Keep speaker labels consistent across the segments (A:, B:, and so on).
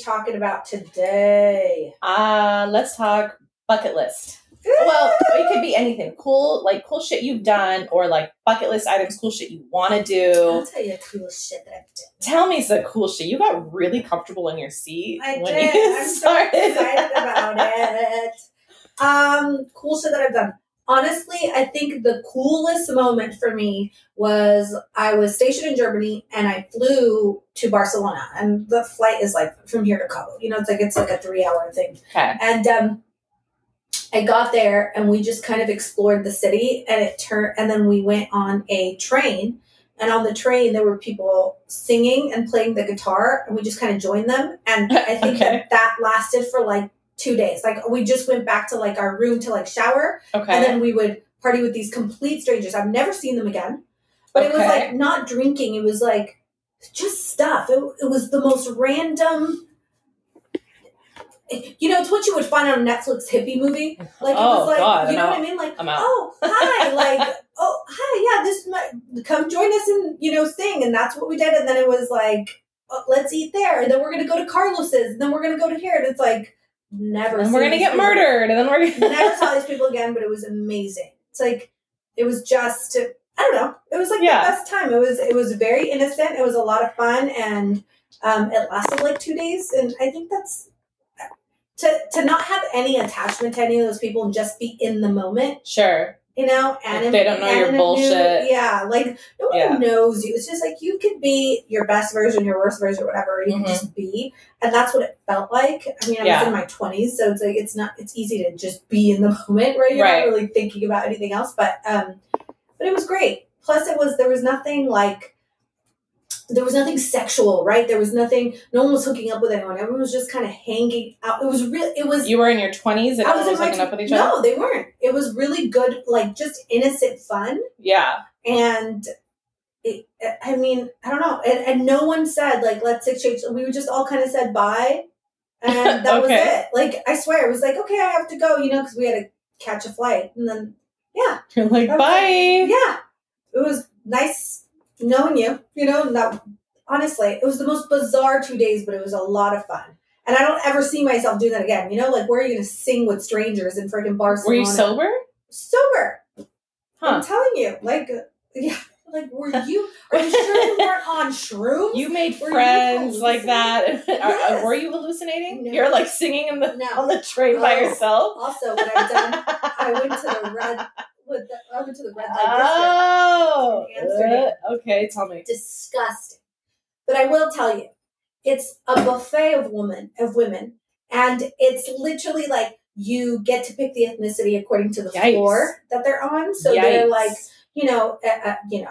A: talking about today?
B: Uh, let's talk bucket list. Well, it could be anything cool, like cool shit you've done, or like bucket list items, cool shit you want to
A: I'll
B: do.
A: tell you cool shit that I
B: Tell me some cool shit. You got really comfortable in your seat
A: did. I
B: when
A: did.
B: you
A: I'm so
B: started.
A: excited about it. Um, cool shit that I've done. Honestly, I think the coolest moment for me was I was stationed in Germany and I flew to Barcelona, and the flight is like from here to Cabo. You know, it's like it's like a three-hour thing.
B: okay.
A: And um, I got there and we just kind of explored the city and it turned and then we went on a train and on the train there were people singing and playing the guitar and we just kind of joined them and I think
B: Okay.
A: that that lasted for like two days. Like we just went back to like our room to like shower
B: Okay.
A: and then we would party with these complete strangers. I've never seen them again. But it was
B: Okay.
A: like not drinking, it was like just stuff. It, it was the most random. You know, it's what you would find on a Netflix hippie movie. Like it
B: Oh,
A: was like,
B: God,
A: you know
B: I'm
A: what I mean? Like,
B: I'm out.
A: oh hi, like oh hi, yeah, this might come join us and you know sing, and that's what we did. And then it was like, oh, let's eat there, and then we're gonna go to Carlos's, and then we're gonna go to here, and it's like never.
B: and
A: seen
B: we're gonna
A: these
B: get
A: people
B: murdered, and then we're gonna
A: never saw these people again, but it was amazing. It's like it was just I don't know. It was like
B: Yeah.
A: the best time. It was it was very innocent. It was a lot of fun, and um, it lasted like two days. And I think that's to to not have any attachment to any of those people and just be in the moment.
B: sure.
A: You know, and
B: Like, they don't know
A: and
B: your
A: in a new-
B: bullshit.
A: yeah, like no one
B: Yeah.
A: knows you. It's just like you could be your best version, your worst version, whatever. You
B: Mhm.
A: can just be, and that's what it felt like. I mean, I
B: Yeah.
A: was in my twenties, so it's like it's not. It's easy to just be in the moment, right? You're
B: Right.
A: not really thinking about anything else. But um, but it was great. Plus, it was there was nothing like. There was nothing sexual, right? There was nothing. No one was hooking up with anyone. Everyone was just kind of hanging out. It was real. It was
B: You were in your twenties, and
A: I was
B: everyone was
A: in my
B: hooking up with each other.
A: no, they weren't. It was really good, like just innocent fun.
B: Yeah.
A: And it, I mean, I don't know. And, and no one said, like, let's exchange. We were just all kind of said bye. And that
B: Okay.
A: was it. Like, I swear, it was like, okay, I have to go, you know, because we had to catch a flight. And then,
B: You're like,
A: Okay.
B: bye.
A: yeah, it was nice knowing you, you know, and that honestly, it was the most bizarre two days, but it was a lot of fun. And I don't ever see myself doing that again. You know, like where are you gonna sing with strangers in freaking
B: Were
A: Barcelona?
B: you sober?
A: sober.
B: Huh.
A: I'm telling you, like, uh, yeah, like, were you? Are you sure you weren't on shrooms?
B: You made
A: Were you
B: friends like
A: hallucinating?
B: that. Are- are-
A: Yes.
B: were you hallucinating?
A: No.
B: You're like singing in the on
A: no.
B: the train by
A: Oh.
B: yourself.
A: Also, what I've done, I went to the red. With the, I went to the red light
B: Oh,
A: In Amsterdam.
B: Uh, okay. Tell me.
A: district. Disgusting. But I will tell you, it's a buffet of women of women, and it's literally like you get to pick the ethnicity according to the
B: Yikes.
A: floor that they're on. So they're
B: Yikes.
A: like you know, uh, uh, you know,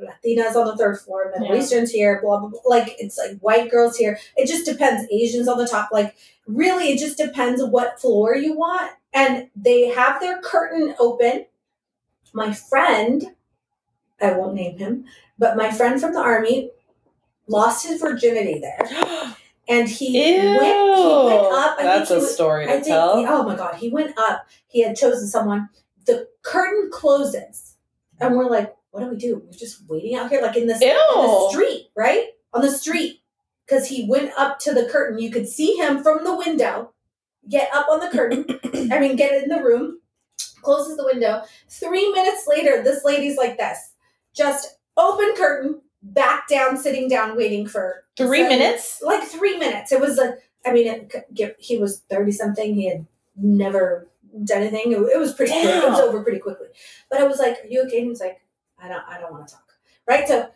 A: Latinas on the third floor, Middle
B: Yeah.
A: Easterns here, blah, blah blah. Like it's like white girls here. It just depends. Asians on the top. Like really, it just depends what floor you want. And they have their curtain open. My friend, I won't name him, but my friend from the army lost his virginity there, and he
B: Ew.
A: went. He went up. I
B: That's
A: think
B: a
A: he was,
B: story to
A: I think,
B: tell.
A: oh my God, he went up. He had chosen someone. The curtain closes. And we're like, what do we do? We're just waiting out here, like in this, in the
B: Ew.
A: street, right? On the street. Because he went up to the curtain. You could see him from the window get up on the curtain. I mean, get in the room, closes the window. Three minutes later, this lady's like this just open curtain, back down, sitting down, waiting for
B: Three
A: seven-
B: minutes.
A: like three minutes. It was like I mean, it, c- give- he was thirty something. He had never done anything. It, it was pretty. Quick. It was
B: Damn.
A: over pretty quickly. But I was like, "Are you okay?" And he was like, "I don't. I don't want to talk." Right. So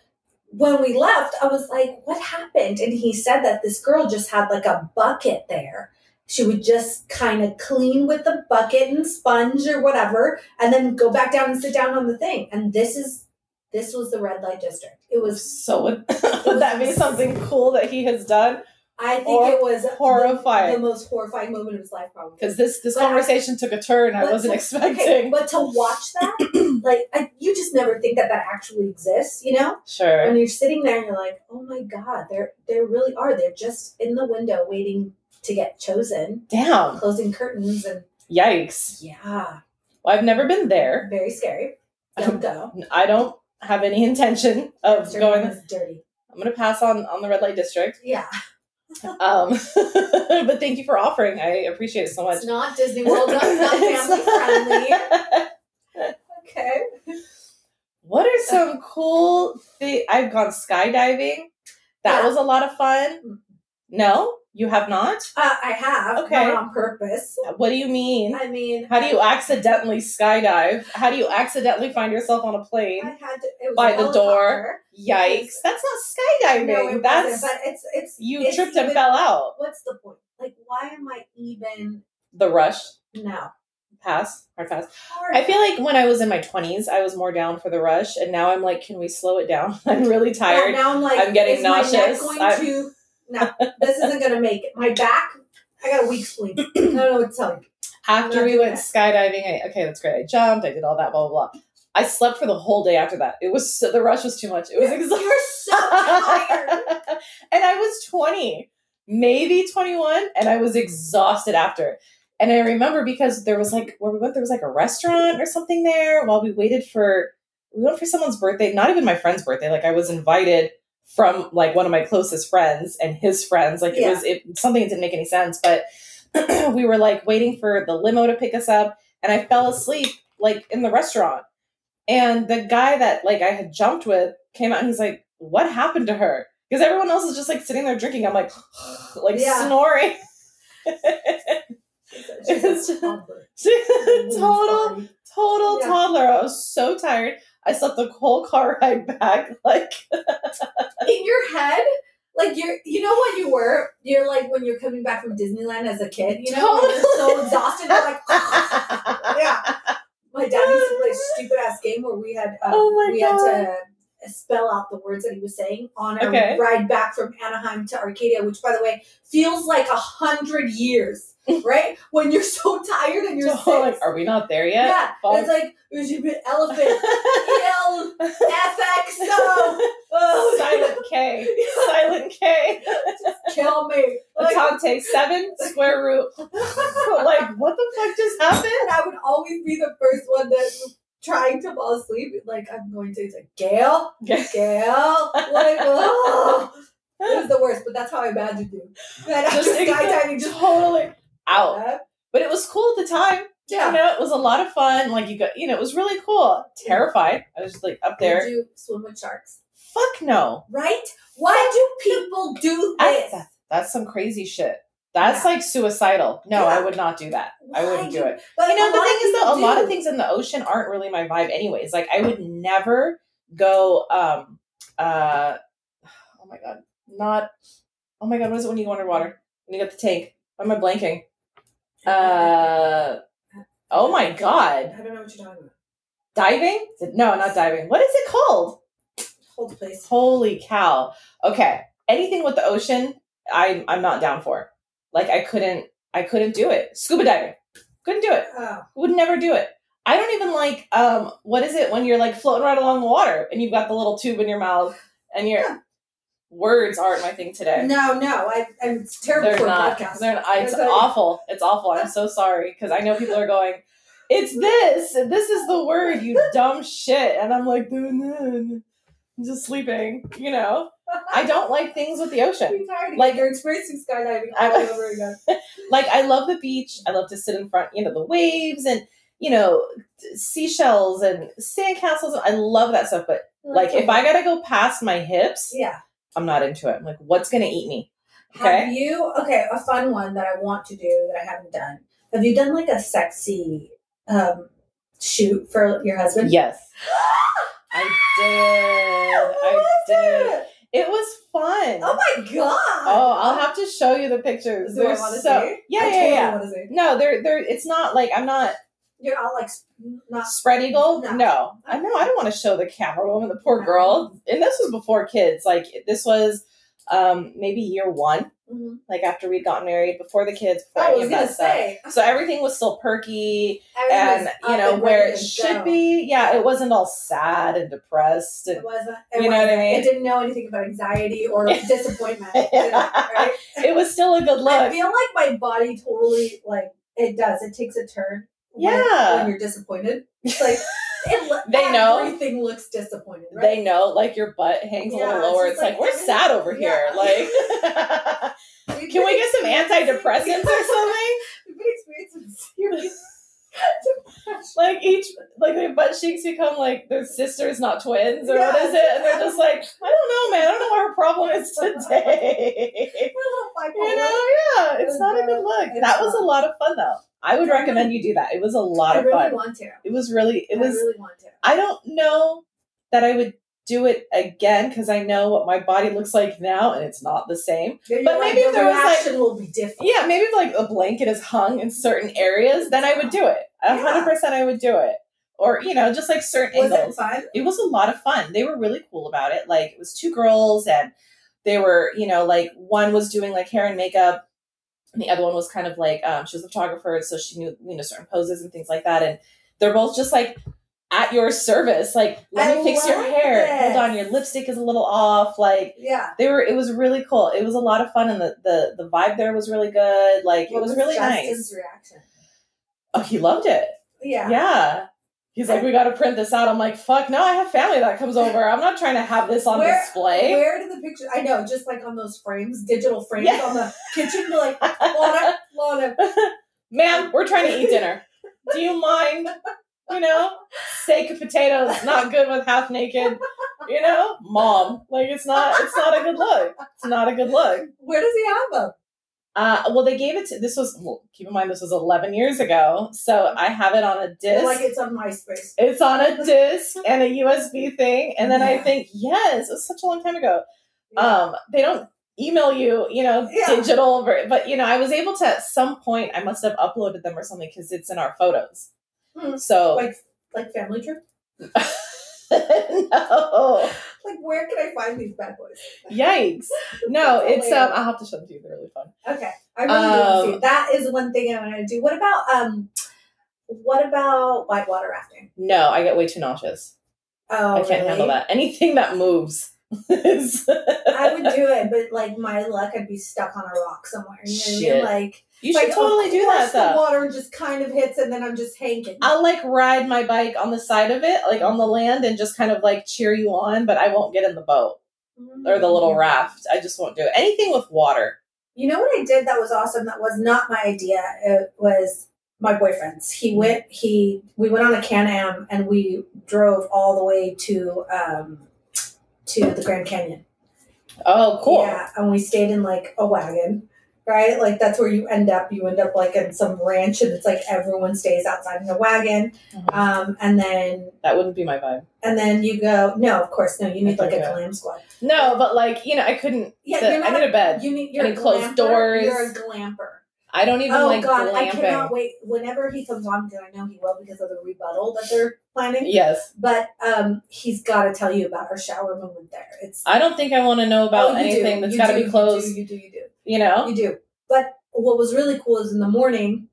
A: when we left, I was like, "What happened?" And he said that this girl just had like a bucket there. She would just kind of clean with the bucket and sponge or whatever, and then go back down and sit down on the thing. And this is this was the red light district. It was.
B: So would, would that be something cool that he has done?
A: I think
B: Hor-
A: it was the-
B: horrifying.
A: the most horrifying moment of his life, probably.
B: Because this this
A: But I-
B: conversation took a turn I
A: But
B: wasn't
A: to- Okay,
B: expecting.
A: but to watch that, like, I, you just never think that that actually exists, you know?
B: Sure.
A: And you're sitting there and you're like, oh my God, there, there really are. They're just in the window waiting to get chosen,
B: Damn.
A: closing curtains, and
B: Yikes.
A: yeah,
B: Well, I've never been there.
A: very scary. Don't go.
B: I don't have any intention of
A: Amsterdam
B: going.
A: is dirty.
B: I'm gonna pass on on the red light district.
A: Yeah.
B: Um, but thank you for offering. I appreciate it so much.
A: It's not Disney World, not, not family friendly. Okay.
B: What are some cool things? I've gone skydiving. That
A: Yeah. Mm-hmm.
B: was a lot of fun. No, you have not?
A: Uh, I have.
B: Okay.
A: Not on purpose.
B: What do you mean?
A: I mean,
B: How do you accidentally skydive? How do you accidentally find yourself on a
A: I
B: plane?
A: had to, it was
B: By
A: a
B: the door.
A: helicopter.
B: Yikes. That's not skydiving.
A: No, it
B: That's
A: wasn't, but it's it's
B: you
A: it's
B: tripped and
A: even-
B: fell out.
A: What's the point? Like, why am I even
B: The rush.
A: no?
B: Pass. Hard pass.
A: Hard.
B: I feel like when I was in my 20s, I was more down for the rush. And now I'm like, can we slow it down? I'm really
A: Yeah,
B: tired.
A: now I'm like,
B: I'm getting
A: is my neck
B: nauseous.
A: going
B: I'm-
A: to no, this isn't gonna make it. My back. I got a weak spleen. I don't know what to tell you.
B: After
A: Not
B: we
A: doing
B: went skydiving, I, okay, that's great. I jumped, I did all that, blah, blah, blah. I slept for the whole day after that. It was so, the rush was too much. It was exhausting.
A: You're so tired.
B: and I was 20, maybe 21, and I was exhausted after. And I remember because there was like where we went, there was like a restaurant or something there while we waited for we went for someone's birthday, not even my friend's birthday. Like I was invited from like one of my closest friends and his friends. Like it
A: Yeah.
B: was it something that didn't make any sense, but we were like waiting for the limo to pick us up, and I fell asleep like in the restaurant. And the guy that like I had jumped with came out and he's like, "What happened to her?" Because everyone else is just like sitting there drinking. I'm like, like
A: Yeah.
B: snoring.
A: She's a toddler.
B: total, total
A: Yeah.
B: toddler. I was so tired. I slept the whole car ride back. Like,
A: in your head. Like you're, you know what you were. You're like when you're coming back from Disneyland as a kid. You know, when you're so
B: Totally.
A: exhausted. You're like, yeah. My dad used to play a stupid ass game where we had um,
B: Oh my
A: we had to spell out the words that he was saying on our
B: Okay.
A: ride back from Anaheim to Arcadia, which by the way feels like a hundred years, right? when you're so tired and you're
B: So,
A: sick.
B: like, are we not there
A: yeah,
B: yet? Fall-
A: it's like we should be elephant, E ill, FXO, oh,
B: Silent K. Silent K.
A: kill me. Like,
B: Tante seven square root. like, what the fuck just happened?
A: and I would always be the first one that was trying to fall asleep. Like I'm going to it's like Gail, Gail, like oh. It was the worst, but that's how I imagined you. That after
B: Just
A: skydiving, just
B: totally out. But it was cool at the time. You
A: Yeah.
B: know, it was a lot of fun. Like you got, you know, it was really cool. Terrified. I was just like up there.
A: Did you swim with sharks?
B: Fuck no.
A: Right? Why do people do
B: I-
A: this?
B: that- that's some crazy shit. That's like suicidal. No, I would not do that. I
A: Why
B: wouldn't do it.
A: But
B: You
A: a
B: know, the
A: lot
B: thing
A: of
B: is though,
A: people
B: a lot of
A: do.
B: things in the ocean aren't really my vibe anyways. Like I would never go um uh oh my god. Not oh my god, what is it when you go underwater? When you got the tank. Why am I blanking? Uh oh my god.
A: I don't know what you're talking about.
B: Diving? No, not diving. What is it called?
A: Hold place.
B: Holy cow. Okay. Anything with the ocean, I'm I'm not down for. Like I couldn't I couldn't do it. Scuba diving. Couldn't do it.
A: Oh,
B: Would never do it. I don't even like um what is it when you're like floating right along the water and you've got the little tube in your mouth and your
A: Yeah.
B: words aren't my thing today.
A: no, no. I, I'm it's terrible
B: They're
A: for
B: not.
A: a podcast.
B: They're not. It's
A: It's like-
B: awful. It's awful. I'm so sorry because I know people are going. It's this. and This is the word. You dumb shit. And I'm like, "Duh, nah, nah." I'm just sleeping. You know, I don't like things with the ocean.
A: I'm tired.
B: Like-
A: Like you're experiencing skydiving
B: I'm-
A: all over again.
B: Like I love the beach. I love to sit in front. You know, the waves and you know seashells and sandcastles. I love that stuff. But like, if I gotta go past my hips,
A: yeah.
B: I'm not into it. I'm like, what's gonna eat me? Okay.
A: Have you okay? A fun one that I want to do that I haven't done. Have you done like a sexy um, shoot for your husband?
B: Yes. I did.
A: What
B: I
A: was
B: did.
A: it?
B: It was fun.
A: Oh
B: Oh,
A: my god!
B: I'll have to show you the pictures.
A: Do I
B: They're
A: wanna
B: so
A: see?
B: yeah,
A: I
B: yeah,
A: totally
B: yeah.
A: wanna see.
B: No, they're they're. It's not like I'm not
A: You're all like s- not.
B: spread eagle.
A: No.
B: No, I know I don't want to show the camera woman, the poor girl. And this was before kids. Like this was um maybe year one.
A: Mhm.
B: Like after we'd gotten married, before the kids, before
A: I
B: any
A: was
B: of
A: gonna
B: that stuff.
A: say,
B: So everything was still perky
A: everything
B: and
A: was
B: you
A: up
B: know
A: and
B: where
A: ready
B: it
A: to
B: should
A: go.
B: be. Yeah, it wasn't all sad and depressed and
A: It wasn't.
B: You
A: It
B: know what I
A: wasn't.
B: mean?
A: It didn't know anything about anxiety or disappointment.
B: Yeah.
A: you know, right?
B: it was still a good
A: I
B: look.
A: feel like my body totally like it does. It takes a turn. when-
B: Yeah.
A: when you're disappointed, it's like It lo-
B: They know.
A: everything looks disappointed. Right?
B: They know, like your butt hangs a
A: Yeah,
B: little lower.
A: it's
B: It's
A: just like,
B: like, we're sad over here.
A: yeah.
B: Like,
A: We've
B: can we
A: been
B: get some antidepressants
A: experiencing-
B: or something?
A: We've been experiencing serious depression.
B: Like each, like their butt cheeks become like their sisters, not twins, or what
A: Yeah.
B: is it? And they're just like, I don't know, man. I don't know what her problem is today.
A: We're a little bipolar.
B: You know, yeah, it's not a good look.
A: It's
B: That was
A: not.
B: a lot of fun, though. I would recommend you do that. It was a lot
A: I
B: of
A: really
B: fun.
A: want to.
B: It was really, it
A: I
B: was.
A: really want to.
B: I don't know that I would do it again because I know what my body looks like now, and it's not the same.
A: You're
B: But
A: like,
B: maybe
A: the
B: there was, like-
A: reaction will be different.
B: Yeah, maybe if like a blanket is hung in certain areas, then I would do it. A hundred
A: Yeah.
B: percent, I would do it. Or you know, just like certain
A: Was
B: angles.
A: it fun?
B: it was a lot of fun. They were really cool about it. Like it was two girls and they were, you know, like one was doing like hair and makeup and the other one was kind of like um she was a photographer so she knew, you know, certain poses and things like that and they're both just like at your service like let
A: I
B: me fix your
A: love
B: hair.
A: this.
B: Hold on, your lipstick is a little off like
A: Yeah.
B: they were it was really cool. It was a lot of fun and the the, the vibe there was really good. Like
A: What
B: it was, really
A: Justin's
B: nice.
A: reaction.
B: Oh, he loved it.
A: Yeah.
B: Yeah. He's like, we got to print this out. I'm like, fuck, no, I have family that comes over. I'm not trying to have this on
A: Where-
B: display.
A: Where do the pictures? I know, just like on those frames, digital frames
B: Yeah.
A: on the kitchen. You're like, Lana, Lana,
B: Ma'am, we're trying to eat dinner. Do you mind? You know, steak potatoes, not good with half naked. You know, mom, like it's not, it's not a good look. It's not a good look.
A: where does he have them?
B: Uh, well, they gave it to this was well, keep in mind this was 11 years ago, so I have it on a disc.
A: Like it's on MySpace.
B: It's on a disc and a USB thing. And then I
A: Yeah.
B: think, yes, it was such a long time ago. Um, they don't email you, you know,
A: Yeah.
B: digital, ver- but you know, I was able to at some point, I must have uploaded them or something because it's in our photos.
A: Hmm.
B: So,
A: like, like family trip.
B: no,
A: Like, where can I find these bad boys?
B: yikes. No,
A: That's
B: it's, um,
A: hilarious.
B: I'll have to show them to you. They're really fun.
A: Okay, I really do want
B: Oh.
A: to. see. That is one thing I want to do. What about um, what about whitewater rafting?
B: No, I get way too nauseous.
A: Oh,
B: I can't
A: really?
B: handle that. Anything that moves is.
A: I would do it, but like my luck, I'd be stuck on a rock somewhere. You know what I mean?
B: Shit.
A: Like
B: you should
A: like,
B: totally
A: of
B: do that
A: course The
B: though.
A: water just kind of hits, and then I'm just hanging.
B: I'll like ride my bike on the side of it, like on the land, and just kind of like cheer you on, but I won't get in the boat or
A: Mm-hmm.
B: the little raft. I just won't do it. Anything with water.
A: You know what I did that was awesome? That was not my idea. It was my boyfriend's.
B: Mm-hmm.
A: He went. He we went on a Can Am and we drove all the way to um, to the Grand Canyon.
B: Oh, cool.
A: Yeah, and we stayed in like a wagon. Right, like that's where you end up. You end up like in some ranch, and it's like everyone stays outside in a wagon.
B: Mhm.
A: Um, and then
B: That wouldn't be my vibe.
A: and then you go. No, of course, no. You need
B: I
A: like
B: think
A: a
B: I-
A: glam squad.
B: No, but like, you know, I couldn't.
A: Yeah,
B: the-
A: you're
B: I
A: not.
B: need a bed.
A: you need. You're a
B: need closed
A: glamper.
B: doors.
A: You're a glamper.
B: I don't even
A: oh
B: like
A: god, I
B: glamping.
A: cannot wait. Whenever he comes on, because I know he will because of the rebuttal that they're planning.
B: Yes.
A: But um, he's got to tell you about our shower moment there. It's
B: I don't think I want to know
A: Oh,
B: about
A: you
B: anything
A: do,
B: that's
A: you
B: got to
A: do,
B: be closed, you,
A: You do, you do, you do,
B: know?
A: you do. But what was really cool is in the morning,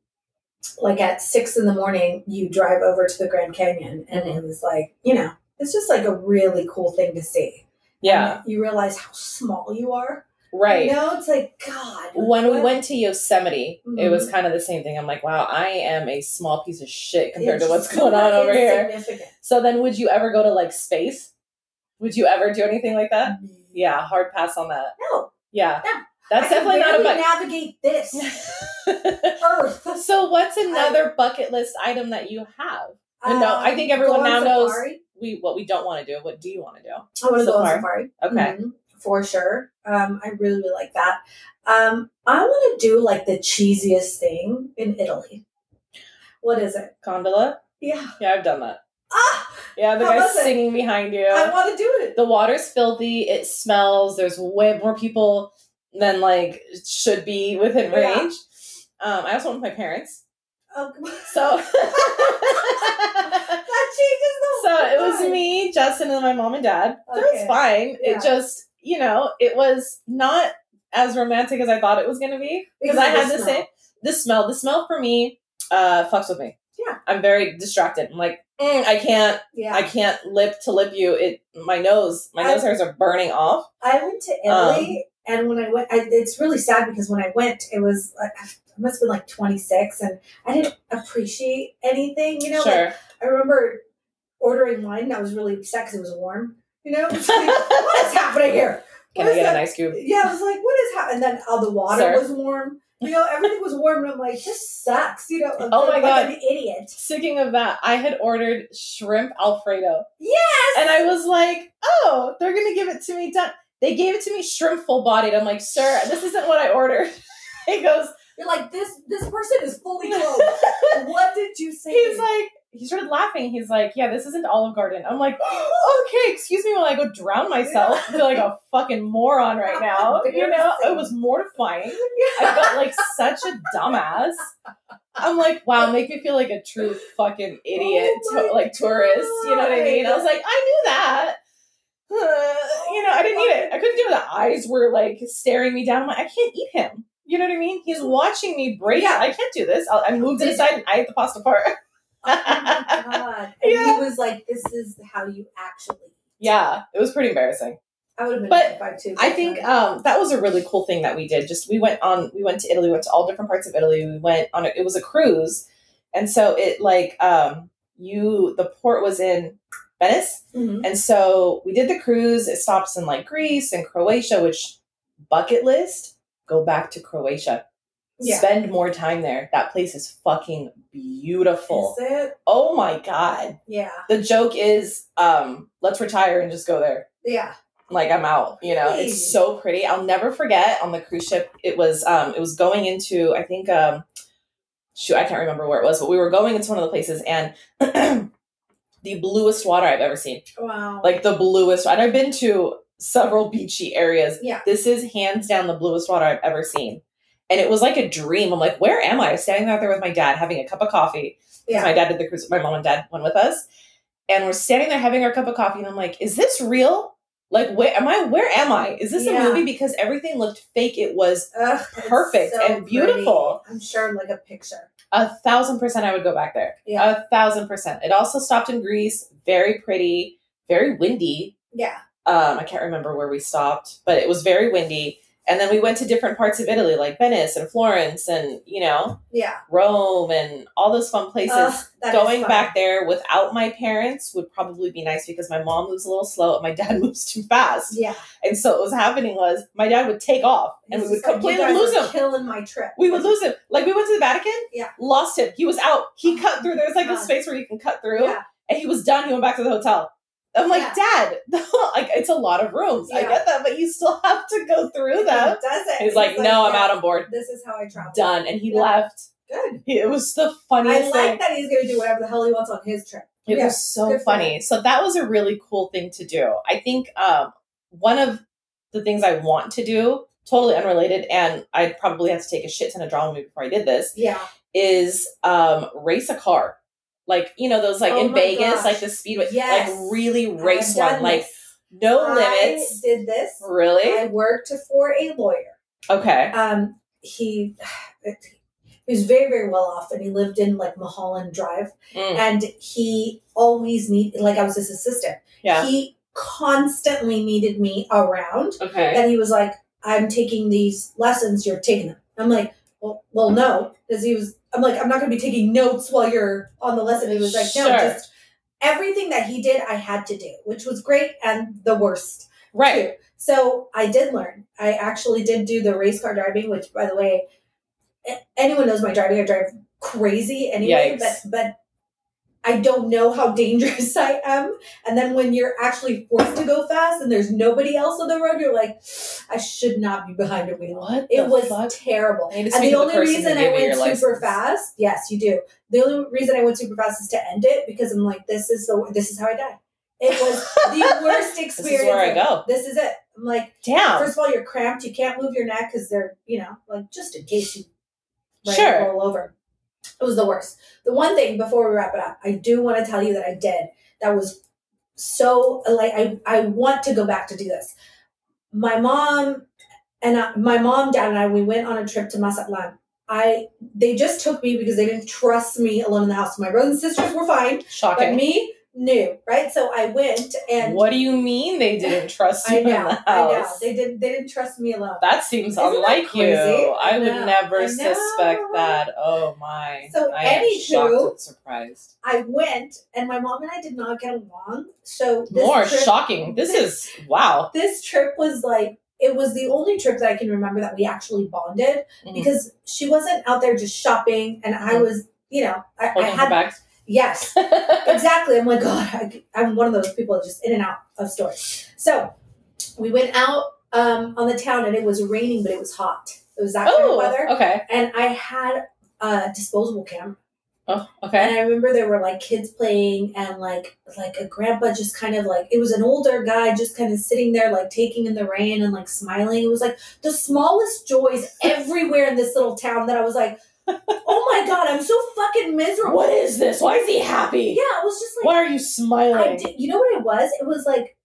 A: like at six in the morning, you drive over to the Grand Canyon, and it was like you know, it's just like a really cool thing to see.
B: yeah,
A: And you realize how small you are.
B: right.
A: You know, it's like God.
B: when we
A: what-
B: went to Yosemite, it
A: Mhm.
B: was kind of the same thing. I'm like, wow, I am a small piece of shit compared
A: it's
B: to what's
A: just
B: going on over here.
A: insignificant.
B: So then would you ever go to like space? Would you ever do anything like that? Yeah, hard pass on that.
A: No,
B: Yeah.
A: No,
B: That's
A: I can
B: definitely not a
A: barely
B: bucket.
A: navigate this earth.
B: so what's another bucket list item that you have? But no, I think
A: Um,
B: everyone
A: go on
B: now knows-
A: safari.
B: We what we don't want to do, what do you want to do?
A: I want to go on
B: Safari.
A: safari.
B: Okay.
A: Mhm, for sure. Um, I really really like that. Um, I want to do like the cheesiest thing in Italy. What is it?
B: Gondola?
A: Yeah.
B: Yeah, I've done that.
A: Ah,
B: Yeah, the
A: How
B: guy's
A: was it?
B: singing behind you.
A: I want to do it.
B: the water's filthy, it smells, there's way more people than like should be within
A: Yeah.
B: range. Um, I also went with my parents.
A: Oh, come on.
B: So
A: that changes the.
B: So it
A: whole
B: was
A: vibe.
B: me, Justin, and my mom and dad. That was
A: Okay.
B: fine.
A: Yeah.
B: It just, you know, it was not as romantic as I thought it was going to be because I
A: of the
B: had the
A: smell.
B: same the smell. The smell for me uh, fucks with me.
A: Yeah.
B: I'm very distracted. I'm like, "Mm, I can't,
A: Yeah.
B: I can't lip to lip you. It, my nose, my
A: I-
B: nose hairs are burning off.
A: I went to Italy,
B: Um.
A: and when I went, I, it's really sad because when I went, it was like, I must have been like 26, and I didn't appreciate anything. You know, like,
B: sure,
A: I remember ordering wine. I was really upset because it was warm. You know, It's like, what is happening here?
B: Can
A: What
B: I
A: is
B: get
A: that?
B: an ice cube?
A: Yeah, I was like, what is happening? And then all the water
B: Sir.
A: was warm. You know, everything was warm, and I'm like, this sucks. You know, I'm
B: Oh my
A: like
B: God.
A: an idiot.
B: Speaking of that, I had ordered shrimp alfredo,
A: Yes,
B: and I was like, "Oh, they're gonna give it to me done." They gave it to me shrimp full bodied. I'm like, "Sir, this isn't what I ordered." He goes,
A: you're like this. This person is fully clothed. what did you say?
B: he's like, he started laughing. He's like, "Yeah, this isn't Olive Garden." I'm like, "Okay, excuse me while I go drown myself. I feel like a fucking moron right now." You know, it was mortifying. I felt like such a dumbass. I'm like, wow, make me feel like a true fucking idiot,
A: Oh
B: to-
A: my
B: like tourist. You know what I mean? I was like, I knew that. Uh, you know, I didn't need it. I couldn't do it. The eyes were like staring me down. I'm like, I can't eat him. You know what I mean? He's watching me break.
A: Yeah.
B: I can't do this. I'll, I moved it aside and I ate the pasta part.
A: oh my god. And
B: Yeah.
A: he was like, this is how you actually.
B: Yeah, it was pretty embarrassing.
A: I would have been
B: But
A: mortified too.
B: I think um, that was a really cool thing that we did. Just we went on, we went to Italy, went to all different parts of Italy. We went on, a, it was a cruise, and so it like um, you the port was in Venice,
A: Mhm.
B: and so we did the cruise. It stops in like Greece and Croatia, which bucket list go back to Croatia.
A: Yeah.
B: Spend more time there. That place is fucking beautiful.
A: Is it?
B: Oh my god!
A: Yeah.
B: The joke is, um, let's retire and just go there
A: Yeah.
B: like I'm out. You know,
A: Hey.
B: it's so pretty. I'll never forget on the cruise ship. It was um it was going into I think um shoot I can't remember where it was, but we were going into one of the places and the bluest water I've ever seen.
A: Wow.
B: Like the bluest. And I've been to several beachy areas.
A: Yeah.
B: This is hands down the bluest water I've ever seen. And it was like a dream. I'm like, where am I? I was standing out there with my dad having a cup of coffee. 'Cause
A: yeah.
B: My dad did the cruise. My mom and dad went with us, and we're standing there having our cup of coffee, and I'm like, "Is this real? Like, where am I? Where am I? Is this
A: Yeah.
B: a movie? Because everything looked fake. It was
A: Ugh, it's
B: perfect
A: so
B: and beautiful.
A: pretty. I'm sure, like a picture.
B: a thousand percent. I would go back there.
A: Yeah.
B: A thousand percent. It also stopped in Greece. Very pretty. Very windy.
A: Yeah.
B: Um, I can't remember where we stopped, but it was very windy. And then we went to different parts of Italy, like Venice and Florence, and you know
A: Yeah.
B: Rome and all those fun places.
A: Ugh, that is
B: going
A: fun.
B: back there without my parents would probably be nice because my mom moves a little slow and my dad moves too fast.
A: Yeah.
B: And so what was happening was my dad would take off and
A: He's
B: we would
A: just like,
B: completely
A: you guys
B: lose
A: are
B: him.
A: Killing my trip.
B: We would lose him. Like we went to the Vatican,
A: Yeah.
B: lost him. He was out. He cut through. There's like a
A: God.
B: space where you can cut through,
A: Yeah.
B: and he was done. He went back to the hotel. I'm like,
A: Yeah.
B: Dad, like it's a lot of rooms. I
A: Yeah.
B: get that, but you still have to go through them.
A: He does it.
B: He's like, No, I'm
A: yeah,
B: out on board.
A: This is how I travel.
B: Done, and he
A: Yeah.
B: left.
A: Good.
B: It was the
A: I
B: funniest
A: like
B: thing.
A: that he's gonna do whatever the hell he wants on his trip.
B: It
A: Yeah,
B: was so
A: good for
B: funny. So that was a really cool thing to do. I think um, one of the things I want to do, totally unrelated, and I'd probably have to take a shit ton of drama movie before I did this,
A: Yeah.
B: is um, race a car. Like, you know, those like
A: Oh
B: in
A: my
B: Vegas,
A: gosh.
B: like the speedway,
A: Yes.
B: like really
A: I've
B: race one,
A: done
B: like
A: this.
B: no
A: I
B: limits.
A: Did this.
B: Really?
A: I worked for a lawyer.
B: Okay.
A: Um, he he was very very well off, and he lived in like Mulholland Drive,
B: Mm.
A: and he always need like I was his assistant.
B: Yeah.
A: He constantly needed me around,
B: Okay.
A: and he was like, "I'm taking these lessons. You're taking them." I'm like, "Well, well, no," because he was. I'm like, "I'm not going to be taking notes while you're on the lesson." He was like, "No,
B: Sure.
A: just." Everything that he did, I had to do, which was great and the worst
B: Right.
A: too. So I did learn. I actually did do the race car driving, which, by the way, a- anyone knows my driving. I drive crazy anyway,
B: Yikes.
A: but but I don't know how dangerous I am. And then when you're actually forced to go fast and there's nobody else on the road, you're like, I should not be behind a wheel.
B: What?
A: It
B: the
A: was
B: fuck?
A: terrible.
B: I need to
A: And
B: speak
A: the
B: to
A: only
B: person who
A: reason I
B: gave me
A: went
B: your
A: super
B: license.
A: fast, yes, you do. The only reason I went super fast is to end it because I'm like, this is the this is how I die. It was the worst experience.
B: This is where I
A: ever
B: go.
A: this is it. I'm like,
B: Damn.
A: first of all, you're cramped. You can't move your neck because they're, you know, like just in case you right,
B: Sure.
A: roll over. It was the worst. The one thing before we wrap it up, I do want to tell you that I did that was so like I I want to go back to do this. My mom and I, my mom, dad, and I we went on a trip to Mazatlan. I they just took me because they didn't trust me alone in the house. My brothers and sisters were fine, but
B: Shocking.
A: me, knew, right? So I went and
B: what do you mean they didn't trust you
A: I
B: in
A: know,
B: the
A: I know.
B: house?
A: They didn't they didn't trust me alone.
B: That seems
A: Isn't that
B: unlike you.
A: crazy?
B: I,
A: I
B: would
A: know,
B: never
A: I know.
B: suspect that. Oh my.
A: So
B: I am
A: anywho-
B: shocked and surprised.
A: I went and my mom and I did not get along. So this
B: More
A: trip,
B: shocking. This is wow.
A: this trip was like it was the only trip that I can remember that we actually bonded
B: Mm.
A: because she wasn't out there just shopping and I
B: Mm.
A: was, you know, I, I
B: Holding her
A: had
B: back.
A: yes. exactly. I'm like, God, I, I'm one of those people that's just in and out of stores. So we went out um, on the town and it was raining, but it was hot. It was that kind of
B: oh,
A: weather.
B: okay.
A: And I had a disposable camera.
B: Oh,
A: And
B: okay.
A: I remember there were like kids playing and like like a grandpa just kind of like it was an older guy just kind of sitting there like taking in the rain and like smiling. It was like the smallest joys everywhere in this little town that I was like, Oh my god, I'm so fucking miserable.
B: What is this? Why is he happy?
A: Yeah, it was just like
B: Why are you
A: I
B: smiling?
A: did, you know what it was? It was like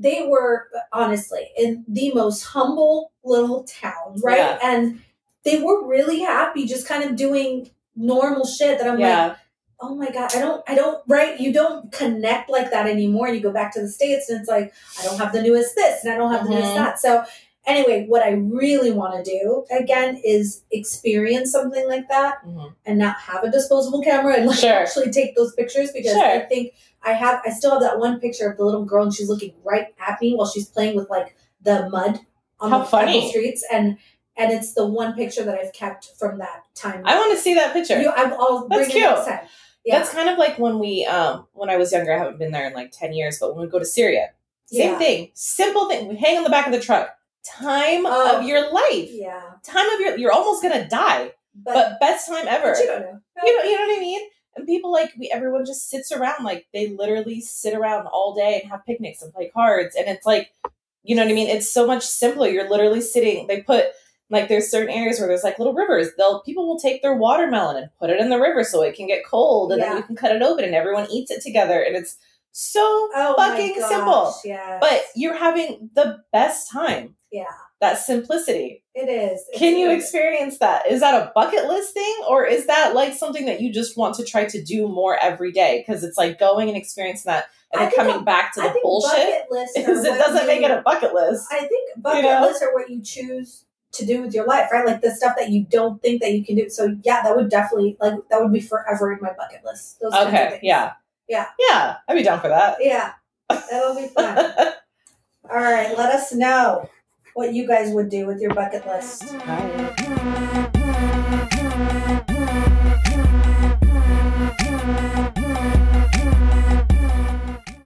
A: they were honestly in the most humble little town, right?
B: Yeah.
A: And they were really happy, just kind of doing normal shit that I'm like,
B: yeah.
A: oh my god, I don't, I don't, right? You don't connect like that anymore, and you go back to the states, and it's like I don't have the newest this, and I don't have the newest
B: Mhm.
A: that. So anyway, what I really want to do again is experience something like that
B: Mhm.
A: and not have a disposable camera and like
B: Sure.
A: actually take those pictures because I
B: Sure.
A: think I have I still have that one picture of the little girl and she's looking right at me while she's playing with like the mud on the,
B: How
A: on the
B: funny.
A: streets and and it's the one picture that I've kept from that time.
B: I want to see that picture.
A: You- I- I'll
B: That's
A: bring it next time. Yeah.
B: That's kind of like when we, um, when I was younger, I haven't been there in like 10 years, but when we go to Syria, same
A: Yeah.
B: thing, simple thing. We hang on the back of the truck. Time
A: Oh.
B: of your life.
A: yeah.
B: Time of your, you're almost going to die,
A: But,
B: but best time ever.
A: but you don't know.
B: You know, you know what I mean? And people like, we, everyone just sits around, like they literally sit around all day and have picnics and play cards. And it's like, you know what I mean? It's so much simpler. You're literally sitting, they put, like there's certain areas where there's like little rivers. They'll people will take their watermelon and put it in the river so it can get cold, and then
A: Yeah.
B: you can cut it open and everyone eats it together. And it's so.
A: Oh
B: Fucking
A: my gosh,
B: simple.
A: Yeah.
B: But you're having the best time.
A: yeah,
B: That simplicity.
A: it is. It's-
B: Can you experience that? Is that a bucket list thing or is that like something that you just want to try to do more every day? Because it's like going and experiencing that and
A: I
B: then
A: think
B: coming
A: a-
B: back to
A: I
B: the
A: think
B: bullshit.
A: bucket lists are
B: Is it
A: when
B: doesn't make
A: you-
B: it a bucket list.
A: I think bucket
B: You know?
A: lists are what you choose to do with your life, right? Like the stuff that you don't think that you can do. So yeah, that would definitely like that would be forever in my bucket list. Those kinds of
B: Okay.
A: things.
B: Yeah.
A: Yeah.
B: Yeah. I'd be down for that.
A: Yeah. That'll be fun. All right, let us know what you guys would do with your bucket list.
B: Hi.